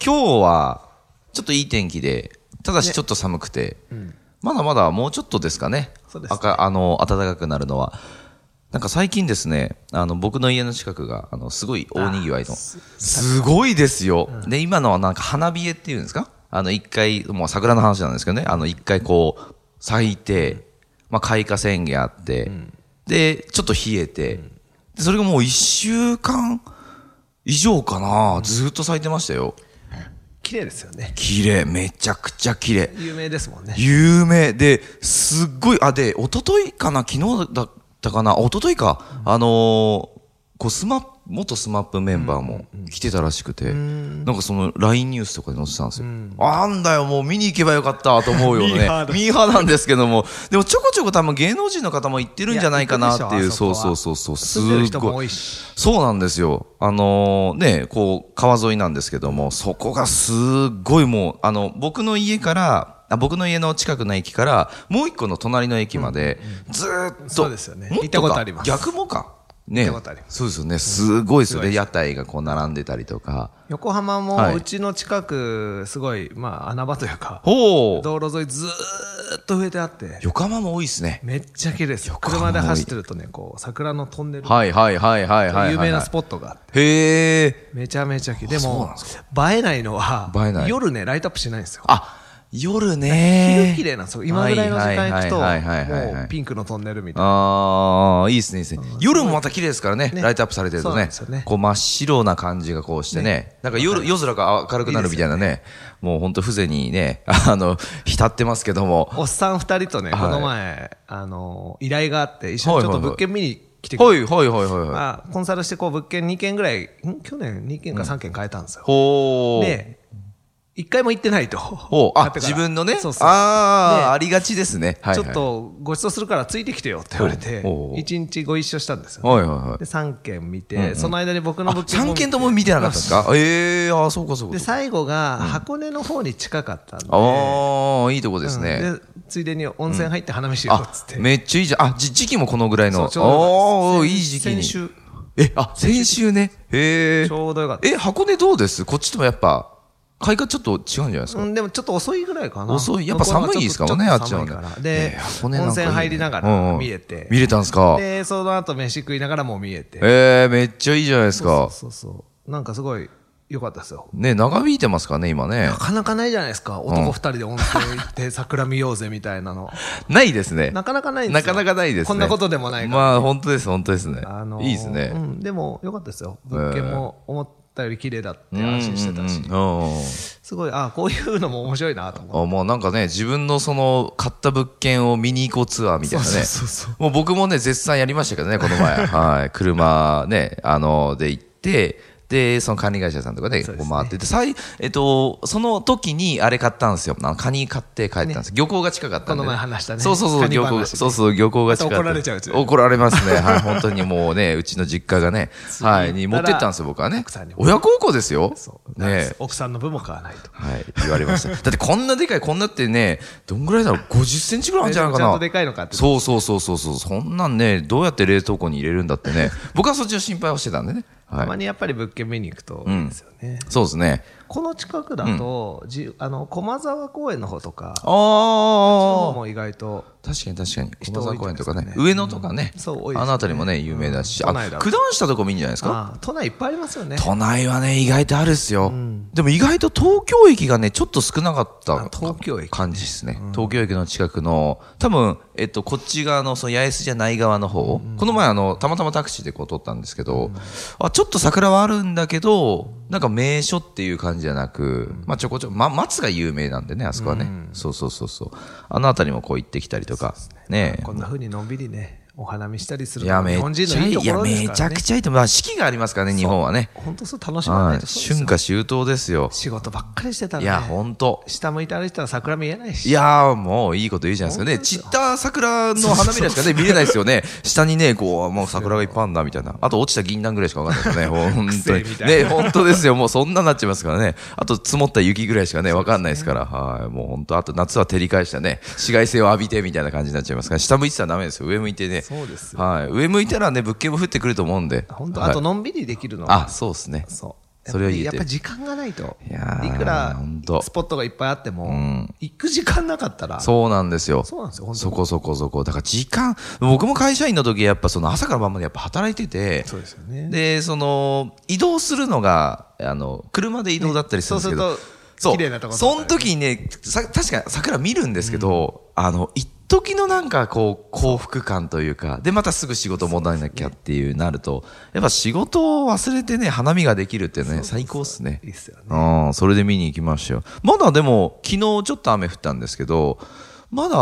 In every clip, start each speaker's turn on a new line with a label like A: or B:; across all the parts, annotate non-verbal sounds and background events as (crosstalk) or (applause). A: ー、今日は、ちょっといい天気で、ただしちょっと寒くて、まだまだもうちょっとですかね。
B: そうですね
A: 赤あのー、暖かくなるのは。なんか最近ですね、あの、僕の家の近くが、あの、すごい大にぎわいの。すごいですよ。で、今のはなんか花冷えっていうんですかあの、一回、もう桜の話なんですけどね、あの、一回こう、咲いて、まあ、開花宣言あって、で、ちょっと冷えて、でそれがもう一週間以上かな、ずーっと咲いてましたよ。
B: 綺麗ですよね
A: 綺麗、めちゃくちゃ綺麗。
B: 有名ですもんね
A: 有名で、すっごい、あ、で、一昨日かな、昨日だったかな、あ一昨日か、あのーこう、スマップ、元スマップメンバーも来てたらしくて、なんかその LINE ニュースとかで載せてたんですよ。あんだよ、もう見に行けばよかったと思うよね。
B: (laughs) ミ
A: ミ
B: ーハーだ
A: ーハーなんですけども、でもちょこちょこ多分芸能人の方も行ってるんじゃないかなってい
B: いや行
A: う、
B: くでし
A: そ
B: ょ
A: う
B: あそこ
A: そうそう
B: は
A: そう、すっ
B: 住んでる人も
A: ご
B: 多い
A: い。
B: し
A: そうなんですよ。あのーね、こう、川沿いなんですけども、そこがすっごいもう、あの、僕の家から、あ僕の家の近くの駅から、もう一個の隣の駅まで、ずーっと。
B: そうですよね
A: もとか
B: 行ったことあります
A: 逆もか。ね。
B: 行ったことあります
A: そうですよね。すごいですよね。屋台がこう並んでたりとか。
B: 横浜
A: は
B: も
A: いう
B: ちの近くすごいまあ穴場というか
A: ほう。
B: 道路沿いずーっと植えてあって
A: 横浜も多いですね。
B: めっちゃ綺麗ですよ
A: 浜もい
B: 車
A: い
B: で走ってるとねこう桜のトンネル
A: はいはいはいはいはいはい、はい。
B: 有名なス
A: ッ
B: ポットがあって
A: ト。へえ。
B: めちゃめちゃ綺麗
A: あ
B: で
A: そうな
B: も
A: んです
B: 映えないのは
A: 映えない
B: 夜ねライトアップしないんですよ
A: あ、夜ね
B: 昼。綺麗なんですよ今ぐらいの時間行くと
A: はいはいはいはいはいはい
B: もうピンクのトンネルみたいな
A: ああ、いいですね、いいですね。夜もまた綺麗ですからね、
B: ね
A: ライトアップされてると
B: そうなん
A: ね
B: ですよね
A: こう真っ白な感じがこうしてね、なんか夜、夜空が明るくなるみたいなね、もう本当風情にね、 (laughs) あの、浸ってますけども。
B: おっさん二人とね、
A: はい
B: この前、あの、依頼があって、一緒にちょっと物件見に来てくれ
A: ほ
B: て、
A: いほいほいほいほい。
B: まあ、コンサルしてこう物件2件ぐらい、ん去年2件か3件変えたんですよ。
A: ほう。
B: で、1回も行ってないと。
A: ほう。
B: 買
A: あ
B: っ、てから
A: 自分のね。
B: そうそう。
A: ああ、
B: で
A: ありがちですね。はい、
B: ち
A: は
B: ょ
A: い。
B: っ。とご馳走するからついてきてよって言われて、
A: ほうほう
B: 1日ご一緒したんですよね、
A: はいはいはい
B: で、。3件見て、
A: うんうん
B: その間に僕の
A: あ
B: 物、件も
A: 三件とも見てなかったんですかええー、ああ、そうかそうか
B: で、。最後が箱根の方に近かったんで、
A: ああ、いいとこですね。
B: うんでついでに温泉入って花見しよう
A: あ
B: っつって。、
A: めっちゃいいじゃん。あ、じ時期もこのぐらいの。
B: そうちょうど
A: おー、
B: 先
A: いい時期に。
B: 先週。
A: え、あ、先週ね。へえ
B: ち。ょうどよかった。
A: え、箱根どうですこっちともやっぱ、開花ちょっと違うんじゃないですか
B: うん、でもちょっと遅いぐらいかな。
A: 遅い。やっぱ寒いですからね、あ
B: 向こ
A: っち
B: う
A: は
B: は
A: ね
B: ょとちょっと寒いから。。
A: え
B: で
A: ー、箱根なん
B: 温
A: か
B: 泉
A: いいね
B: 入りなが
A: うんう
B: ら
A: ん
B: 見えて。
A: 見れたんですかえ
B: で、その後飯食いながらも見えて。
A: ー、めっちゃいいじゃないです
B: そう
A: か。
B: そうそう。なんかすごい良かったですよ。
A: ね、長引いてますからね、今ね
B: な。かなかないじゃないですか。男二人で温泉行って (laughs) 桜見ようぜみたいなの。
A: ないですね。
B: なかなかないんで
A: な
B: すよ
A: かなかないですね。
B: こんなことでもないから。
A: まあ、本当です、本当ですね
B: あの。ー
A: いいですね
B: う。ん、でも良かったですよ。物件も思ったより綺麗だって安心してたし。
A: うんうんうんうん
B: すごい、あこういうのも面白いなと思って。
A: あもうなんかね、自分のその、買った物件を見に行こうツアーみたいなね。
B: そうそうそう
A: もう僕もね、絶賛やりましたけどね、この
B: (laughs)
A: 前。はい。車ね、あの、で行って、で、その管理会社さんとかね、
B: そう
A: こ
B: です
A: う
B: ね
A: 回ってて、さい、えっと、その時にあれ買ったんですよ。あのカニ買って帰ったんです。漁港が近かったんで、
B: この前話したね
A: そうそうそ
B: カ
A: う、
B: ニ
A: 漁港
B: 話
A: が、
B: ね
A: そうそう、漁港が近かった。
B: また怒られちゃうやつ
A: 怒られますね。
B: (laughs)
A: はい。本当にもうね、うちの実家がね、はい、に持ってったんですよ、僕はね
B: 奥さんに。も
A: 親孝行ですよ。
B: そう
A: ね
B: 奥さんの分も買わないと。
A: はい、言われました。だってこんなでかい、こんなってね、どんぐらいだろう ?50 センチぐらいあるんじゃないか
B: えでも
A: な。
B: ちゃんとでかいの買ってた
A: そうそうそうそうそう。そんなんね、どうやって冷凍庫に入れるんだってね。 (laughs) 僕はそっちの心配をしてたんでね。
B: たま
A: はい。
B: にやっぱり物件見に行くといいですよね。
A: そうですね。
B: この近くだと、じあの駒沢公園の方とか、そっちの方
A: ああ。
B: も意外と、
A: 確かに確かに。
B: 人
A: 駒
B: 多
A: 沢
B: いんじ
A: 公園と
B: ゃないですか
A: か
B: ね
A: ね。上野とかね。
B: うんそう多いですね
A: あの辺りもね、有名だし。あ、
B: 都内だと
A: 九段下とかもいいんじゃないですか
B: あー都内いっぱいありますよね。
A: 都内はね、意外とあるっすよ。でも意外と東京駅がね、ちょっと少なかった
B: あ東京駅ね
A: 感じですね。東京駅の近くの、多分、えっと、こっち側の、その八重洲じゃない側の方、この前、あの、たまたまタクシーでこう撮ったんですけど、あ、ちょっと桜はあるんだけど、なんか名所っていう感じじゃなく、まあちょこちょこ、ま、松が有名なんでね、あそこはね。そうそうそうそう。あの辺りもこう行ってきたりとか、ね
B: こんな風にのんびりね、お花見したりする
A: いや、
B: のが
A: め
B: 日
A: っ
B: 本人
A: ちゃ
B: の
A: い
B: いい
A: い、
B: と
A: い
B: こ
A: や、
B: ろです
A: め
B: か
A: ち
B: ら
A: ゃ
B: ね
A: く。ちゃいいと思う。まあ四季がありますからね、日本はね。
B: 本当そう楽しまな
A: はいい。
B: とそうですよ
A: 春夏秋冬ですよ。
B: 仕事ばっかりしてたら
A: い
B: ね
A: や、ほんと。
B: 下向いて歩いてたら桜見えないし
A: いやー、もういいこと言うじゃないですかね。散った桜の花びらし
B: (laughs)
A: かね、見れないですよね。下にね、こう、もう桜がいっぱいあんだ、みたいな。あと落ちた銀杏ぐらいしかわかんないですよね。
B: (laughs)
A: ほんと
B: 癖
A: に
B: み。たい
A: ね、本当ですよ。もうそんなになっちゃいますからね。あと積もった雪ぐらいしかね、わかんないですから。はい。もう本当あと夏は照り返したね、紫外線を浴びて、みたいな感じになっちゃいますから。下向いてたらダメですよ。上向いてね。
B: そうですよ
A: はい。上向いたらね、物件も降ってくると思うんで。
B: 本当
A: はい
B: あとのんびりできるのは
A: あ、そうですね。
B: そう
A: それを言えて
B: やっぱり時間がないと
A: いや
B: い
A: ー
B: くら
A: ほんと
B: スポットがいっぱいあっても、
A: ん
B: 行く時間なかったら
A: そうなんですよ。
B: そうなんですよ本当に
A: そこそこそこ。だから時間、僕も会社員の時やっぱその朝から晩までやっぱ働いてて、
B: そうですよね
A: で、その、移動するのが、あの、車で移動だったりするんですけど、
B: ねそうすると綺麗なところ
A: そうその時にね、さ確かに桜見るんですけど、あの、一時のなんかこう、幸福感というか、で、またすぐ仕事戻らなきゃっていうなると、やっぱ仕事を忘れてね、花見ができるってね、最高っすね。
B: いいっすよね
A: うん、それで見に行きましたよ。まだでも、昨日ちょっと雨降ったんですけど、まだ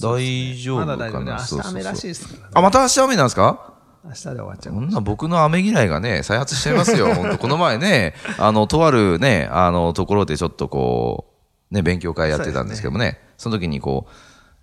A: 大丈夫
B: まだ大丈
A: か
B: 夫ね
A: な。
B: 明日雨らしい
A: い。
B: ですからね
A: あ、また明日雨なんですか
B: 明日で終わっちゃう
A: こんな僕の雨嫌いがね、再発しちゃいます (laughs) よ。本当この前ね、あの、とあるね、あの、ところでちょっとこう、ね、勉強会やってたんですけどもね、その時にこう、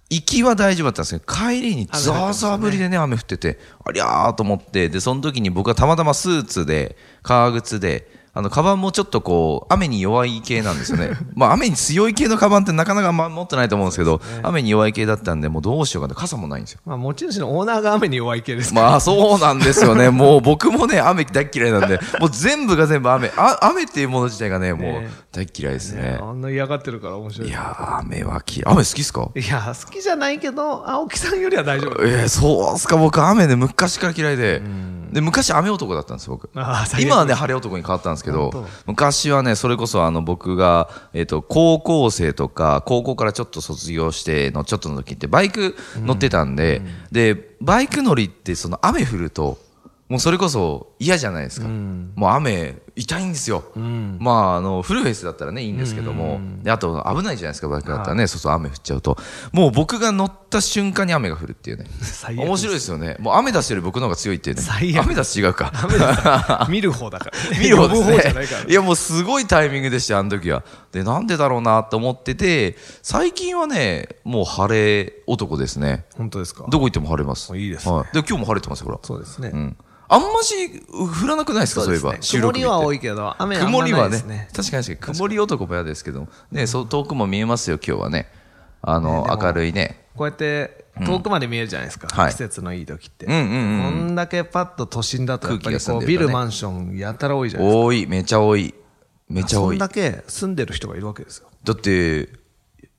A: 行きは大丈夫だったんですけど、帰りにザーザー降りでね、雨降ってて、ありゃーと思って、で、その時に僕はたまたまスーツで、革靴で、あの、カバンもちょっとこう、雨に弱い系なんです (laughs) よね。まあ、雨に強い系のカバンってなかなかあんま持ってないと思うんですけど、雨に弱い系だったんで、もうどうしようかって、傘もないんですよ。
B: まあ、持ち主のオーナーが雨に弱い系です
A: まあそうなんですよね、 (laughs) もう僕もね、雨大っ嫌いなんで、もう全部が全部雨、あ雨っていうもの自体がね、もう
B: ね
A: 大っ嫌いです
B: ね
A: ね。
B: あんな嫌がってるから面白い
A: い
B: いや
A: やー、雨は嫌い、雨好きっすか
B: 好きじゃないけど青木さんよりは大丈夫
A: えー、そうっすか、僕、雨ね、昔から嫌いで、で昔、雨男だったんです、僕。
B: あー最悪
A: 今はね、晴れ男に変わったんですけ
B: 本
A: ど、昔はね、それこそあの僕が、えっと高校生とか、高校からちょっと卒業してのちょっとの時って、バイク乗ってたんで、でバイク乗りって、その雨降ると、もうそれこそ嫌じゃないですか、もう雨、痛いんですよ、まああの、フルフェイスだったらね、いいんですけども、であと危ないじゃないですか、バイクだったらね、そうそう、雨降っちゃうと、もう僕が乗った瞬間に雨が降るっていうね。
B: 最悪
A: 面白いですよね。もうアメダスより僕の方が強いっていうね。
B: 最悪
A: アメダス違うか。
B: 見る方だか
A: (laughs)
B: ら
A: 見る方で
B: 呼ぶ方じ
A: す
B: ゃない
A: ね
B: から。
A: いや、もうすごいタイミングでした、あの時は。で、なんでだろうなと思ってて、最近はね、もう晴れ男ですね。
B: 本当ですか
A: どこ行っても晴れます。
B: いいですね
A: はい。で、今日も晴れてますよ、ほら。
B: そうですね、
A: うん。あんまし降らなくないですか、そういえば。収
B: 曇
A: 録日
B: り
A: って
B: は多いけど雨はあん
A: 曇
B: ま
A: り
B: な
A: はい
B: で
A: ね
B: すね、
A: 確かに確かに、曇り男も嫌ですけど、ね、そう遠くも見えますよ、今日はね。あの、
B: ねでも
A: 明るいね。
B: こうやって遠くまで見えるじゃないですか、
A: はい
B: 季節のいい時って、
A: うんうんうん
B: こんだけパッと都心だとやっぱ
A: 空気
B: り
A: が澄
B: こ
A: ん
B: う
A: で
B: ビ
A: るからね
B: ルマンションやたら多いじゃないですか
A: 多い、めちゃ多い。めちゃ
B: そ
A: 多
B: ん
A: い。
B: だけ住んでる人がいるわけですよ
A: だって、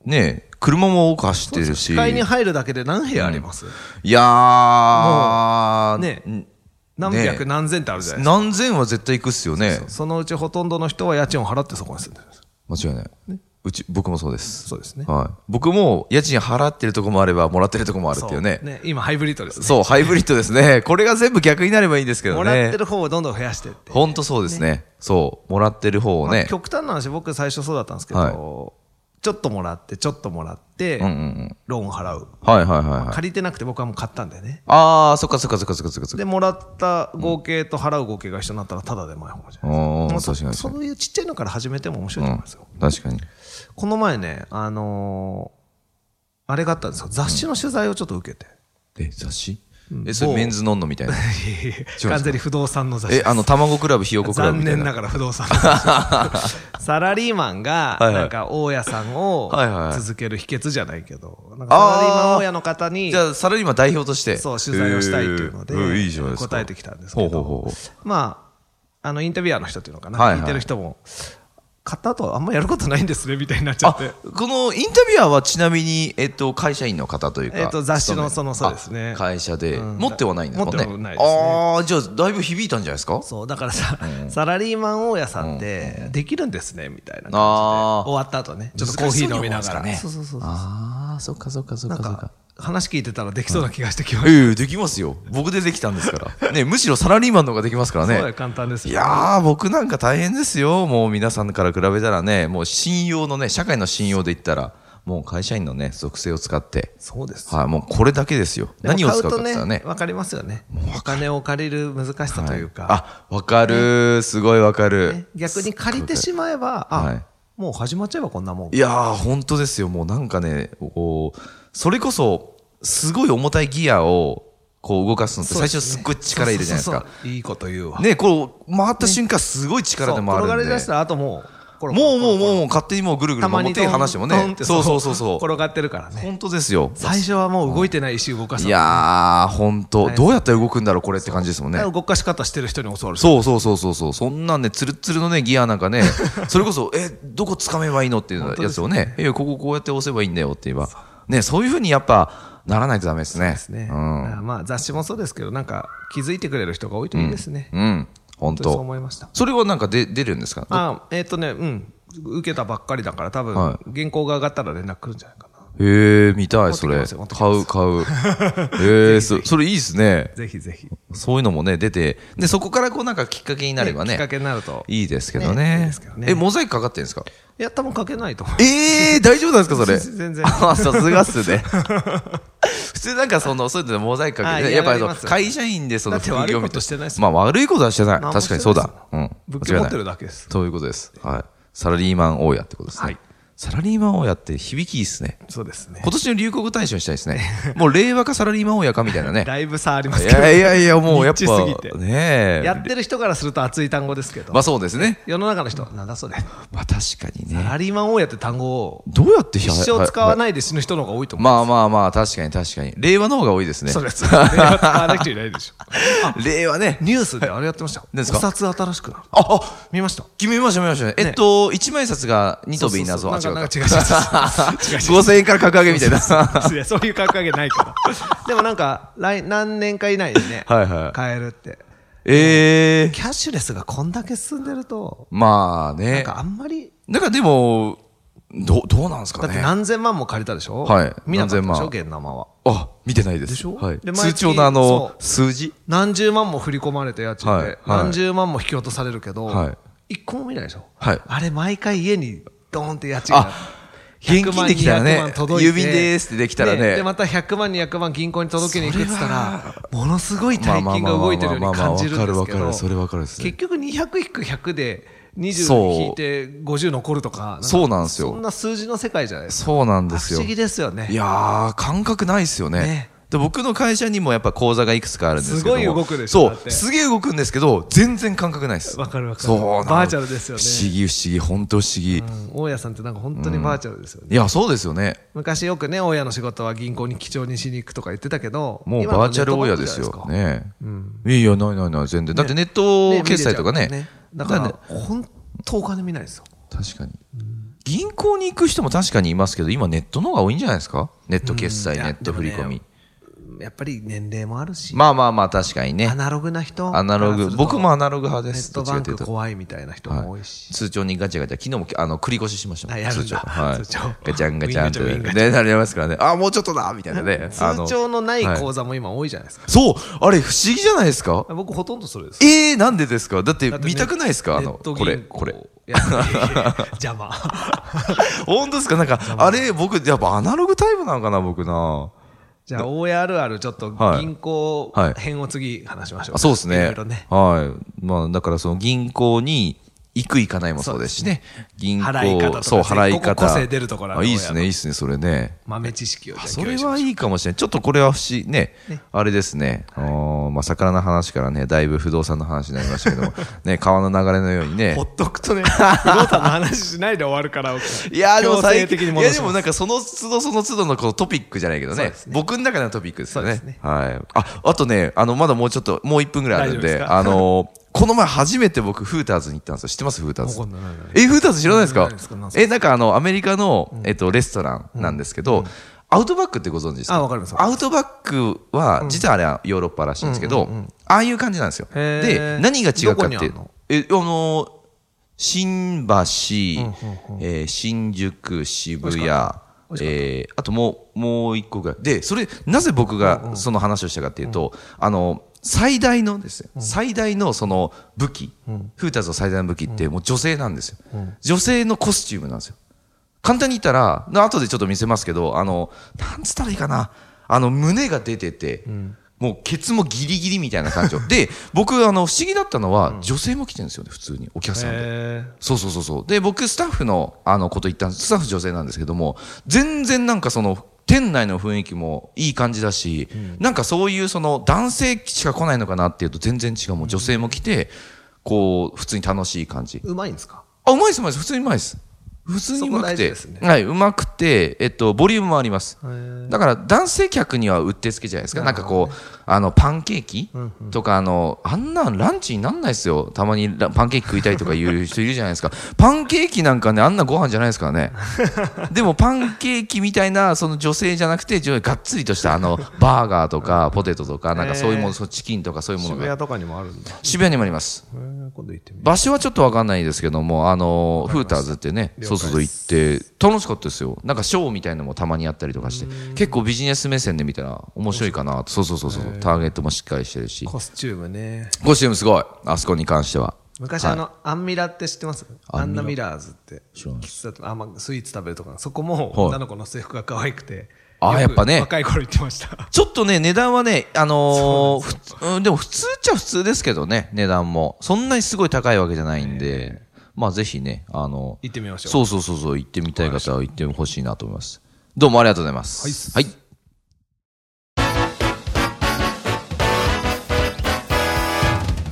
A: ねえ、車も多く走ってるし。
B: 視界に入るだけで何部屋あります、
A: いやー、
B: ね
A: ん
B: 何
A: ね
B: 百
A: え
B: 何千ってあるじゃないですか
A: 何千は絶対行くっすよね。
B: そのうちほとんどの人は家賃を払ってそこに住んでるんです
A: 間違いない。うち、僕もそうです。
B: そうですね
A: はい。僕も家賃払ってるとこもあれば、もらってるとこもあるっていうね。
B: 今ハイブリッドですね
A: そう、ハイブリッドですね。 (laughs) これが全部逆になればいいんですけどね。
B: もらってる方をどんどん増やしてって
A: ほんとそうですね。そう、もらってる方を
B: まあ
A: ね。
B: 極端な話僕最初そうだったんですけど、
A: はい
B: ちょっともらってちょっともらって、
A: うんうんうん。
B: ローン払う
A: はいはいはいはい。
B: 借りてなくて僕はもう買ったんでね
A: あー、そっかそっかそっかそっかそっかそっか。
B: でもらった合計と払う合計が一緒になったらただでもいい方じゃない
A: お
B: で
A: ー、
B: すか
A: 確か
B: まあ
A: に
B: そ
A: 確か
B: そういうちっちゃいのから始めても面白いと思いますよ、
A: に。確かに。
B: この前ねあのーあれがあったんですよ雑誌の取材をちょっと受けて、
A: え、雑誌え、それメンズノンノみたい
B: (laughs)
A: な。か
B: 完全に不動産の雑誌
A: え、あの、卵クラブ、ひよこクラブ
B: 残
A: みたい
B: 念
A: な。
B: ながら不動産の
A: (laughs)
B: 雑誌サラリーマンが
A: はいはい
B: なんか大家さんを
A: はいはいはい
B: 続ける秘訣じゃないけどなんかサラリーマン
A: あー
B: 大家の方に
A: じゃあ、サラリーマン代表として。
B: そう取材をしたいっていうので
A: えーうんいいじゃないですか。
B: 答えてきたんですけ
A: ほ
B: ど
A: うほうほう。
B: まあ、あのインタビュアーの人っていうのかな、
A: はいはい
B: 聞いてる人も、買った後はあんまやることないんですねみたいになっちゃ
A: あ
B: って、、
A: このインタビュアーはちなみに、えっと、会社員の方というか。
B: えっと雑誌のその
A: 勤め
B: そうですね
A: あ会社で。
B: うん
A: 持ってはないんですもんね。
B: 持ってはないですね
A: ああ、じゃあ、だいぶ響いたんじゃないですか
B: そうだからさ、サラリーマン大家さんって、できるんですねみたいな感じで、
A: あー
B: 終わった後ね、ちょっとコーヒー飲みながら、
A: 難し
B: そ
A: そうう
B: そ
A: に思いますからね
B: うそうそう
A: ああ、そっかそっかそっ
B: なん
A: かそっか
B: か。話聞いてたらできそうな気がしてきました、
A: ええ、できますよ。僕でできたんですから。ね、むしろサラリーマンの方ができますから
B: そうだよ
A: ね。
B: 簡単です
A: い
B: よ
A: やー、僕なんか大変ですよ。もう皆さんから比べたらね、もう信用のね、社会の信用で言ったら、もう会社員のね、属性を使って。
B: そうです。
A: はい、もうこれだけですよ。何を使うかって言ったら
B: ね
A: ね。。
B: わかりますよね。お金を借りる難しさというか。
A: あ、わかる、すごいわかる、
B: ね逆に借りてしまえば、あ、
A: はい
B: もう始まっちゃえばこんなもん。
A: いやー、本当ですよ。もうなんかね、こう、それこそ、すごい重たいギアを、こう動かすのって
B: そう
A: 最
B: です
A: 初す
B: ね
A: っごい力入れるじゃないです
B: そう
A: か
B: そう。そういいこと言うわ。
A: ね、こう、回った瞬間すごい力で回るん
B: そう転が
A: で。
B: り出したら、あともう、コロコロ
A: もうもう
B: コロコロ
A: もう勝手にもうぐるぐる
B: たま
A: もう
B: に
A: 手離してもね。そうそうそうそう。
B: 転がってるからね。
A: 本当ですよ。
B: 最初はもう動いてない石動かす。
A: いやー、本当、
B: い
A: どうやって動くんだろう、これって感じですもんね。
B: 動かし方してる人に教わる。
A: そうそうそうそうそう、そんなんね、つるつるのね、ギアなんか
B: (laughs)
A: ね、それこそ、え、どこ掴めばいいのっていうやつをね、え、こここうやって押せばいいんだよって言えば、ね、そういうふうにやっぱ、ならないとダメですね。
B: ですね。
A: うん。
B: あまあ雑誌もそうですけど、なんか気づいてくれる人が多いといいですね。
A: うん。本
B: そう
A: 当。
B: 思いました。
A: それはなんかで出るんですか
B: あ、えっ、とね、うん。受けたばっかりだから、多分、
A: は
B: 原稿が上がったら連絡来るんじゃないかな。
A: へえ、見たい、そ
B: 持
A: れ。
B: ってきますよ持ってき
A: 買
B: ま
A: う、
B: す
A: 買
B: (laughs)
A: う。へえ、そそれいいですね。
B: ぜひぜひ。
A: そういうのもね、出て、で、そこからこうなんかきっかけになれば
B: きっか
A: ね、
B: けになると。
A: いいですけど
B: ねいい
A: ね
B: ですけど。ね
A: え、モザイクかかってるんですか
B: いや、多分書けないと思う。
A: ええー、大丈夫なんですかそれ。
B: 全然
A: (laughs) あ、さすがっすね。 (laughs) 普通なんかその、そういうのモザイクかけて
B: あ
A: ね、やっぱりそ
B: や
A: の
B: ります
A: 会社員でその
B: だって
A: 副業
B: 悪い
A: み
B: ことして
A: たい
B: ない
A: な
B: っ。す
A: まあ悪いことはしてない。
B: 何も
A: 確かにそうだ。
B: して
A: う
B: ない
A: ん
B: っす。
A: 間
B: 物件
A: 違い
B: 持
A: な
B: っ
A: い
B: てるだけです。
A: そういうことです。はい。サラリーマン大家ってことですね。
B: はい
A: サラリーマン大家って響きいいっすね。
B: そうですね
A: 今。年の流行語大賞にしたいですね。もう令和かサラリーマン大家かみたいな
B: (laughs)
A: ね。
B: だいぶ差ありま
A: い
B: すけど。
A: やいやいや、もうやっ
B: ニッチすぎ
A: ぱ、
B: て
A: ね
B: やってる人からすると熱い単語ですけど。
A: まあそうですね。
B: 世の中の人、なんだそれ。
A: まあ確かに
B: サ
A: ね。
B: ラリーマン大家って単語を
A: どうやって
B: 一生使わ
A: い。
B: ないで死ぬ人の方が多いと思う。
A: まあまあまあ、確かに確かに。令和の方が多いですね。
B: それ、それ
A: (laughs)
B: 使わなくちゃいけないでしょ。
A: 令和ね。
B: ニュースであれやってましたよ。
A: 何ですか
B: お札新しくなる。
A: あ、あ、
B: 見ました。
A: 決めました、見ました。えっと、一枚札が二飛びになぞ。
B: そうそうそうなんかなんか違う違う違う違う (laughs) 違う
A: 五千円から格上げみたいな。はい
B: や、そういう格上げないから。 (laughs) でもなんか、来、何年か以内にね、
A: いはい。
B: 買えるって。
A: (laughs) ええ
B: キャッシュレスがこんだけ進んでると、
A: まあ
B: なん
A: ね。
B: かあんまり、
A: だからでも、ど、どうなんですか
B: だって
A: ね。
B: 何千万も借りたでしょ
A: はい
B: 見なかったでしょ
A: 何千万
B: 現生は。
A: あ、見てないです。
B: でしょ
A: はい
B: で。毎
A: 通
B: 月
A: 帳のあの、
B: そう
A: 数字
B: 何十万も振り込まれて家賃
A: はいは
B: で
A: い、
B: 何十万も引き落とされるけど
A: はい、
B: 一個も見ないでしょ
A: はい
B: あれ、毎回家にドーンって家賃が
A: あ、現金できたら
B: 100
A: ね
B: 万200万、届いて
A: 郵便ですってできたら
B: で
A: ね。
B: また100万200万銀行に届けに行くって言ったらものすごい大金が動いてるように感じるんですけど
A: まあまあまあまあまあまあわかるわかるそれわかるですね
B: 結局200引く100で
A: そう
B: 20引いて50残るとかか
A: そうなんですよ
B: そんな数字の世界じゃないですか
A: そうなんです
B: 不
A: よ。
B: 思議ですよね
A: いやー、感覚ないですよね。
B: ね
A: で僕の会社にもやっぱ口座がいくつかあるんですけども
B: すごい動くでしょだっ
A: そう
B: て
A: すげえ動くんですけど全然感覚ないです
B: わかるわかる
A: そうなん
B: バーチャルですよね
A: 不思議不思議本当不思議、
B: うん大家さんってなんか本当にバーチャルですよね
A: いやそうですよね
B: 昔よくね大家の仕事は銀行に基調にしに行くとか言ってたけど
A: もう
B: 今の
A: バーチャル大家です
B: ネット
A: よ
B: バンクじゃない
A: ねいやないないない全然だってネット
B: ですかね
A: 決済とかね
B: 見れちゃうから
A: だっ
B: ね
A: て
B: だから本当お金見ないですよ
A: 確かに銀行に行く人も確かにいますけど今ネットの方が多いんじゃないですかネット決済
B: うんい
A: ネ
B: や
A: ット振り込み、
B: でやっぱり年齢もあるし
A: まあまあまあ確かにね
B: アナログな人
A: アナロ
B: から
A: グ
B: すると
A: 僕もアナログ派
B: ネ
A: です
B: ットバン
A: ど
B: ク
A: っちかというと
B: 怖いみたいな人も多いし、
A: 通帳にガチャガチャ、昨日もあの繰り越ししましたも
B: あやるんだ
A: 通帳。はい。
B: 通帳
A: ガチャンガチャン
B: ウィンガチャウィン
A: っ
B: ガ
A: て、ね、なりますからね。あ、もうちょっとだみたいなね。あの
B: 通帳のない
A: はい
B: 口座も今多いじゃないですか、
A: そうあれ不思議じゃないですか
B: 僕ほとんどそれです
A: えー、なんでですかだって
B: だってね
A: 見たくないですかあ
B: ネ
A: の、
B: ット
A: これ、
B: 銀行
A: これ。 (laughs)
B: いやいやいやいや邪魔
A: 本当ですかなんか、あれ、僕、やっぱアナログタイプなのかな僕な。
B: じゃあ大家あるあるちょっと
A: はい
B: 銀行
A: はい
B: 編を次話しましょう、
A: あそうです
B: い
A: ね
B: ろいろね
A: はい。まあ、だからその銀行に行く行かないもそうですしね。銀行、
B: 払い方とか
A: そう、払い
B: ここ
A: 方。
B: 個性出るところある
A: あいいです
B: 親
A: ね、いいですね、それね。
B: 豆知識をじゃあ
A: そ
B: 共有
A: れ
B: しま
A: は
B: しょう
A: いいかもしれない。ちょっとこれは不思議、ね、あれですね。あーまあ、魚の話からね、だいぶ不動産の話になりました
B: (laughs)
A: けども、ね、川の流れのようにね
B: ほ。っとく (laughs) とね、不動産の話しないで終わるから、
A: いやーでも
B: 強
A: 最
B: 制的に
A: 近、い
B: 戻
A: や
B: し
A: でも
B: ます
A: なんかその都度その都度のこのトピックじゃないけど
B: そう
A: ね
B: です、ね
A: 僕の中のトピックですよね
B: そうですね。
A: はい。あ、あとね、あの、まだもうちょっと、もう1分ぐらいあるん
B: 大丈夫
A: で、
B: ですか
A: あのー、この前初めて僕、フーターズに行ったんですよ。知ってますフーターズ
B: わかんないないない。
A: え、フーターズ知らないです
B: 知ら
A: か
B: ないですかなんすか
A: え、なんかあの、アメリカの、えっと、レストランなんですけど、アウトバックってご存知ですか
B: あわかります
A: アウトバックは、実はあれはヨーロッパらしいんですけど、ああいう感じなんですよ。
B: へ
A: で、
B: ー
A: 何が違うかっ
B: どこにあ
A: て
B: んの、
A: え、あのー、新橋、えー新宿、渋谷、えーあともう、もう一個ぐらい。で、それ、なぜ僕がその話をしたかっていうと、あの、最大のですよ、最大のその武器、フーターズの最大の武器って、もう女性なんですよ、女性のコスチュームなんですよ。簡単に言ったら、後でちょっと見せますけど、あの、なんつったらいいかな、あの、胸が出てて、もうケツもギリギリみたいな感じで、僕、あの、不思議だったのは、女性も来てるんですよね、普通に、お客さんで。
B: へ
A: そうそうそうそう。で、僕、スタッフの、あの、こと言ったんです。スタッフ女性なんですけども、全然なんかその、店内の雰囲気もいい感じだし、なんかそういうその、男性しか来ないのかなっていうと全然違う。もう女性も来て、こう、普通に楽しい感じ。
B: ーうまいんですか
A: あ、うまいです、うまいです。普通にうまいです。普通にうま
B: そこ
A: く
B: 大事
A: て。
B: ですね
A: はい、うまくて、えっと、ボリュームもあります。だから、男性客にはうってつけじゃないですか。なんかこう、あの、パンケーキとか、あの、あんなんランチになんないですよ。たまにラパンケーキ食いたいとか言う人いるじゃないです
B: (laughs)
A: か。パンケーキなんかね、あんなご飯じゃないですからね。でも、パンケーキみたいな、その女性じゃなくて、じょがっつりとした、あの、バーガーとか、ポテトとか、なんかそういうもの、そうチキンとかそういうもの
B: 渋
A: が。
B: 谷とかにもあるんだへ
A: 渋谷にもあります。
B: ー今度行ってみよ
A: 場所はちょっとわかんないですけども、あの、フーターズってね、そうそうそう行って、楽しかったですよ。なんかショーみたいのもたまにやったりとかして、結構ビジネス目線で見たら面白いかなと。そうそうそうそう。ターゲットもしっかりしてるし
B: う。コスチュームね
A: コスチュームすごい。あそこに関しては。
B: 昔あの、アンミラって知ってますアンナミラーズって喫茶あまあスイーツ食べるとかそこも
A: はい
B: 女の子の制服が可愛くて
A: あーや
B: よく
A: っぱね
B: 若い頃行ってました
A: ちょっとね、値段はね、あのーふうんでも普通っちゃ普通ですけどね、値段も。そんなにすごい高いわけじゃないんで、まあぜひね、あの、
B: 行ってみましょう
A: そうそうそうそう、行ってみたい方は行ってほしいなと思います。どうもありがとうございます。はい。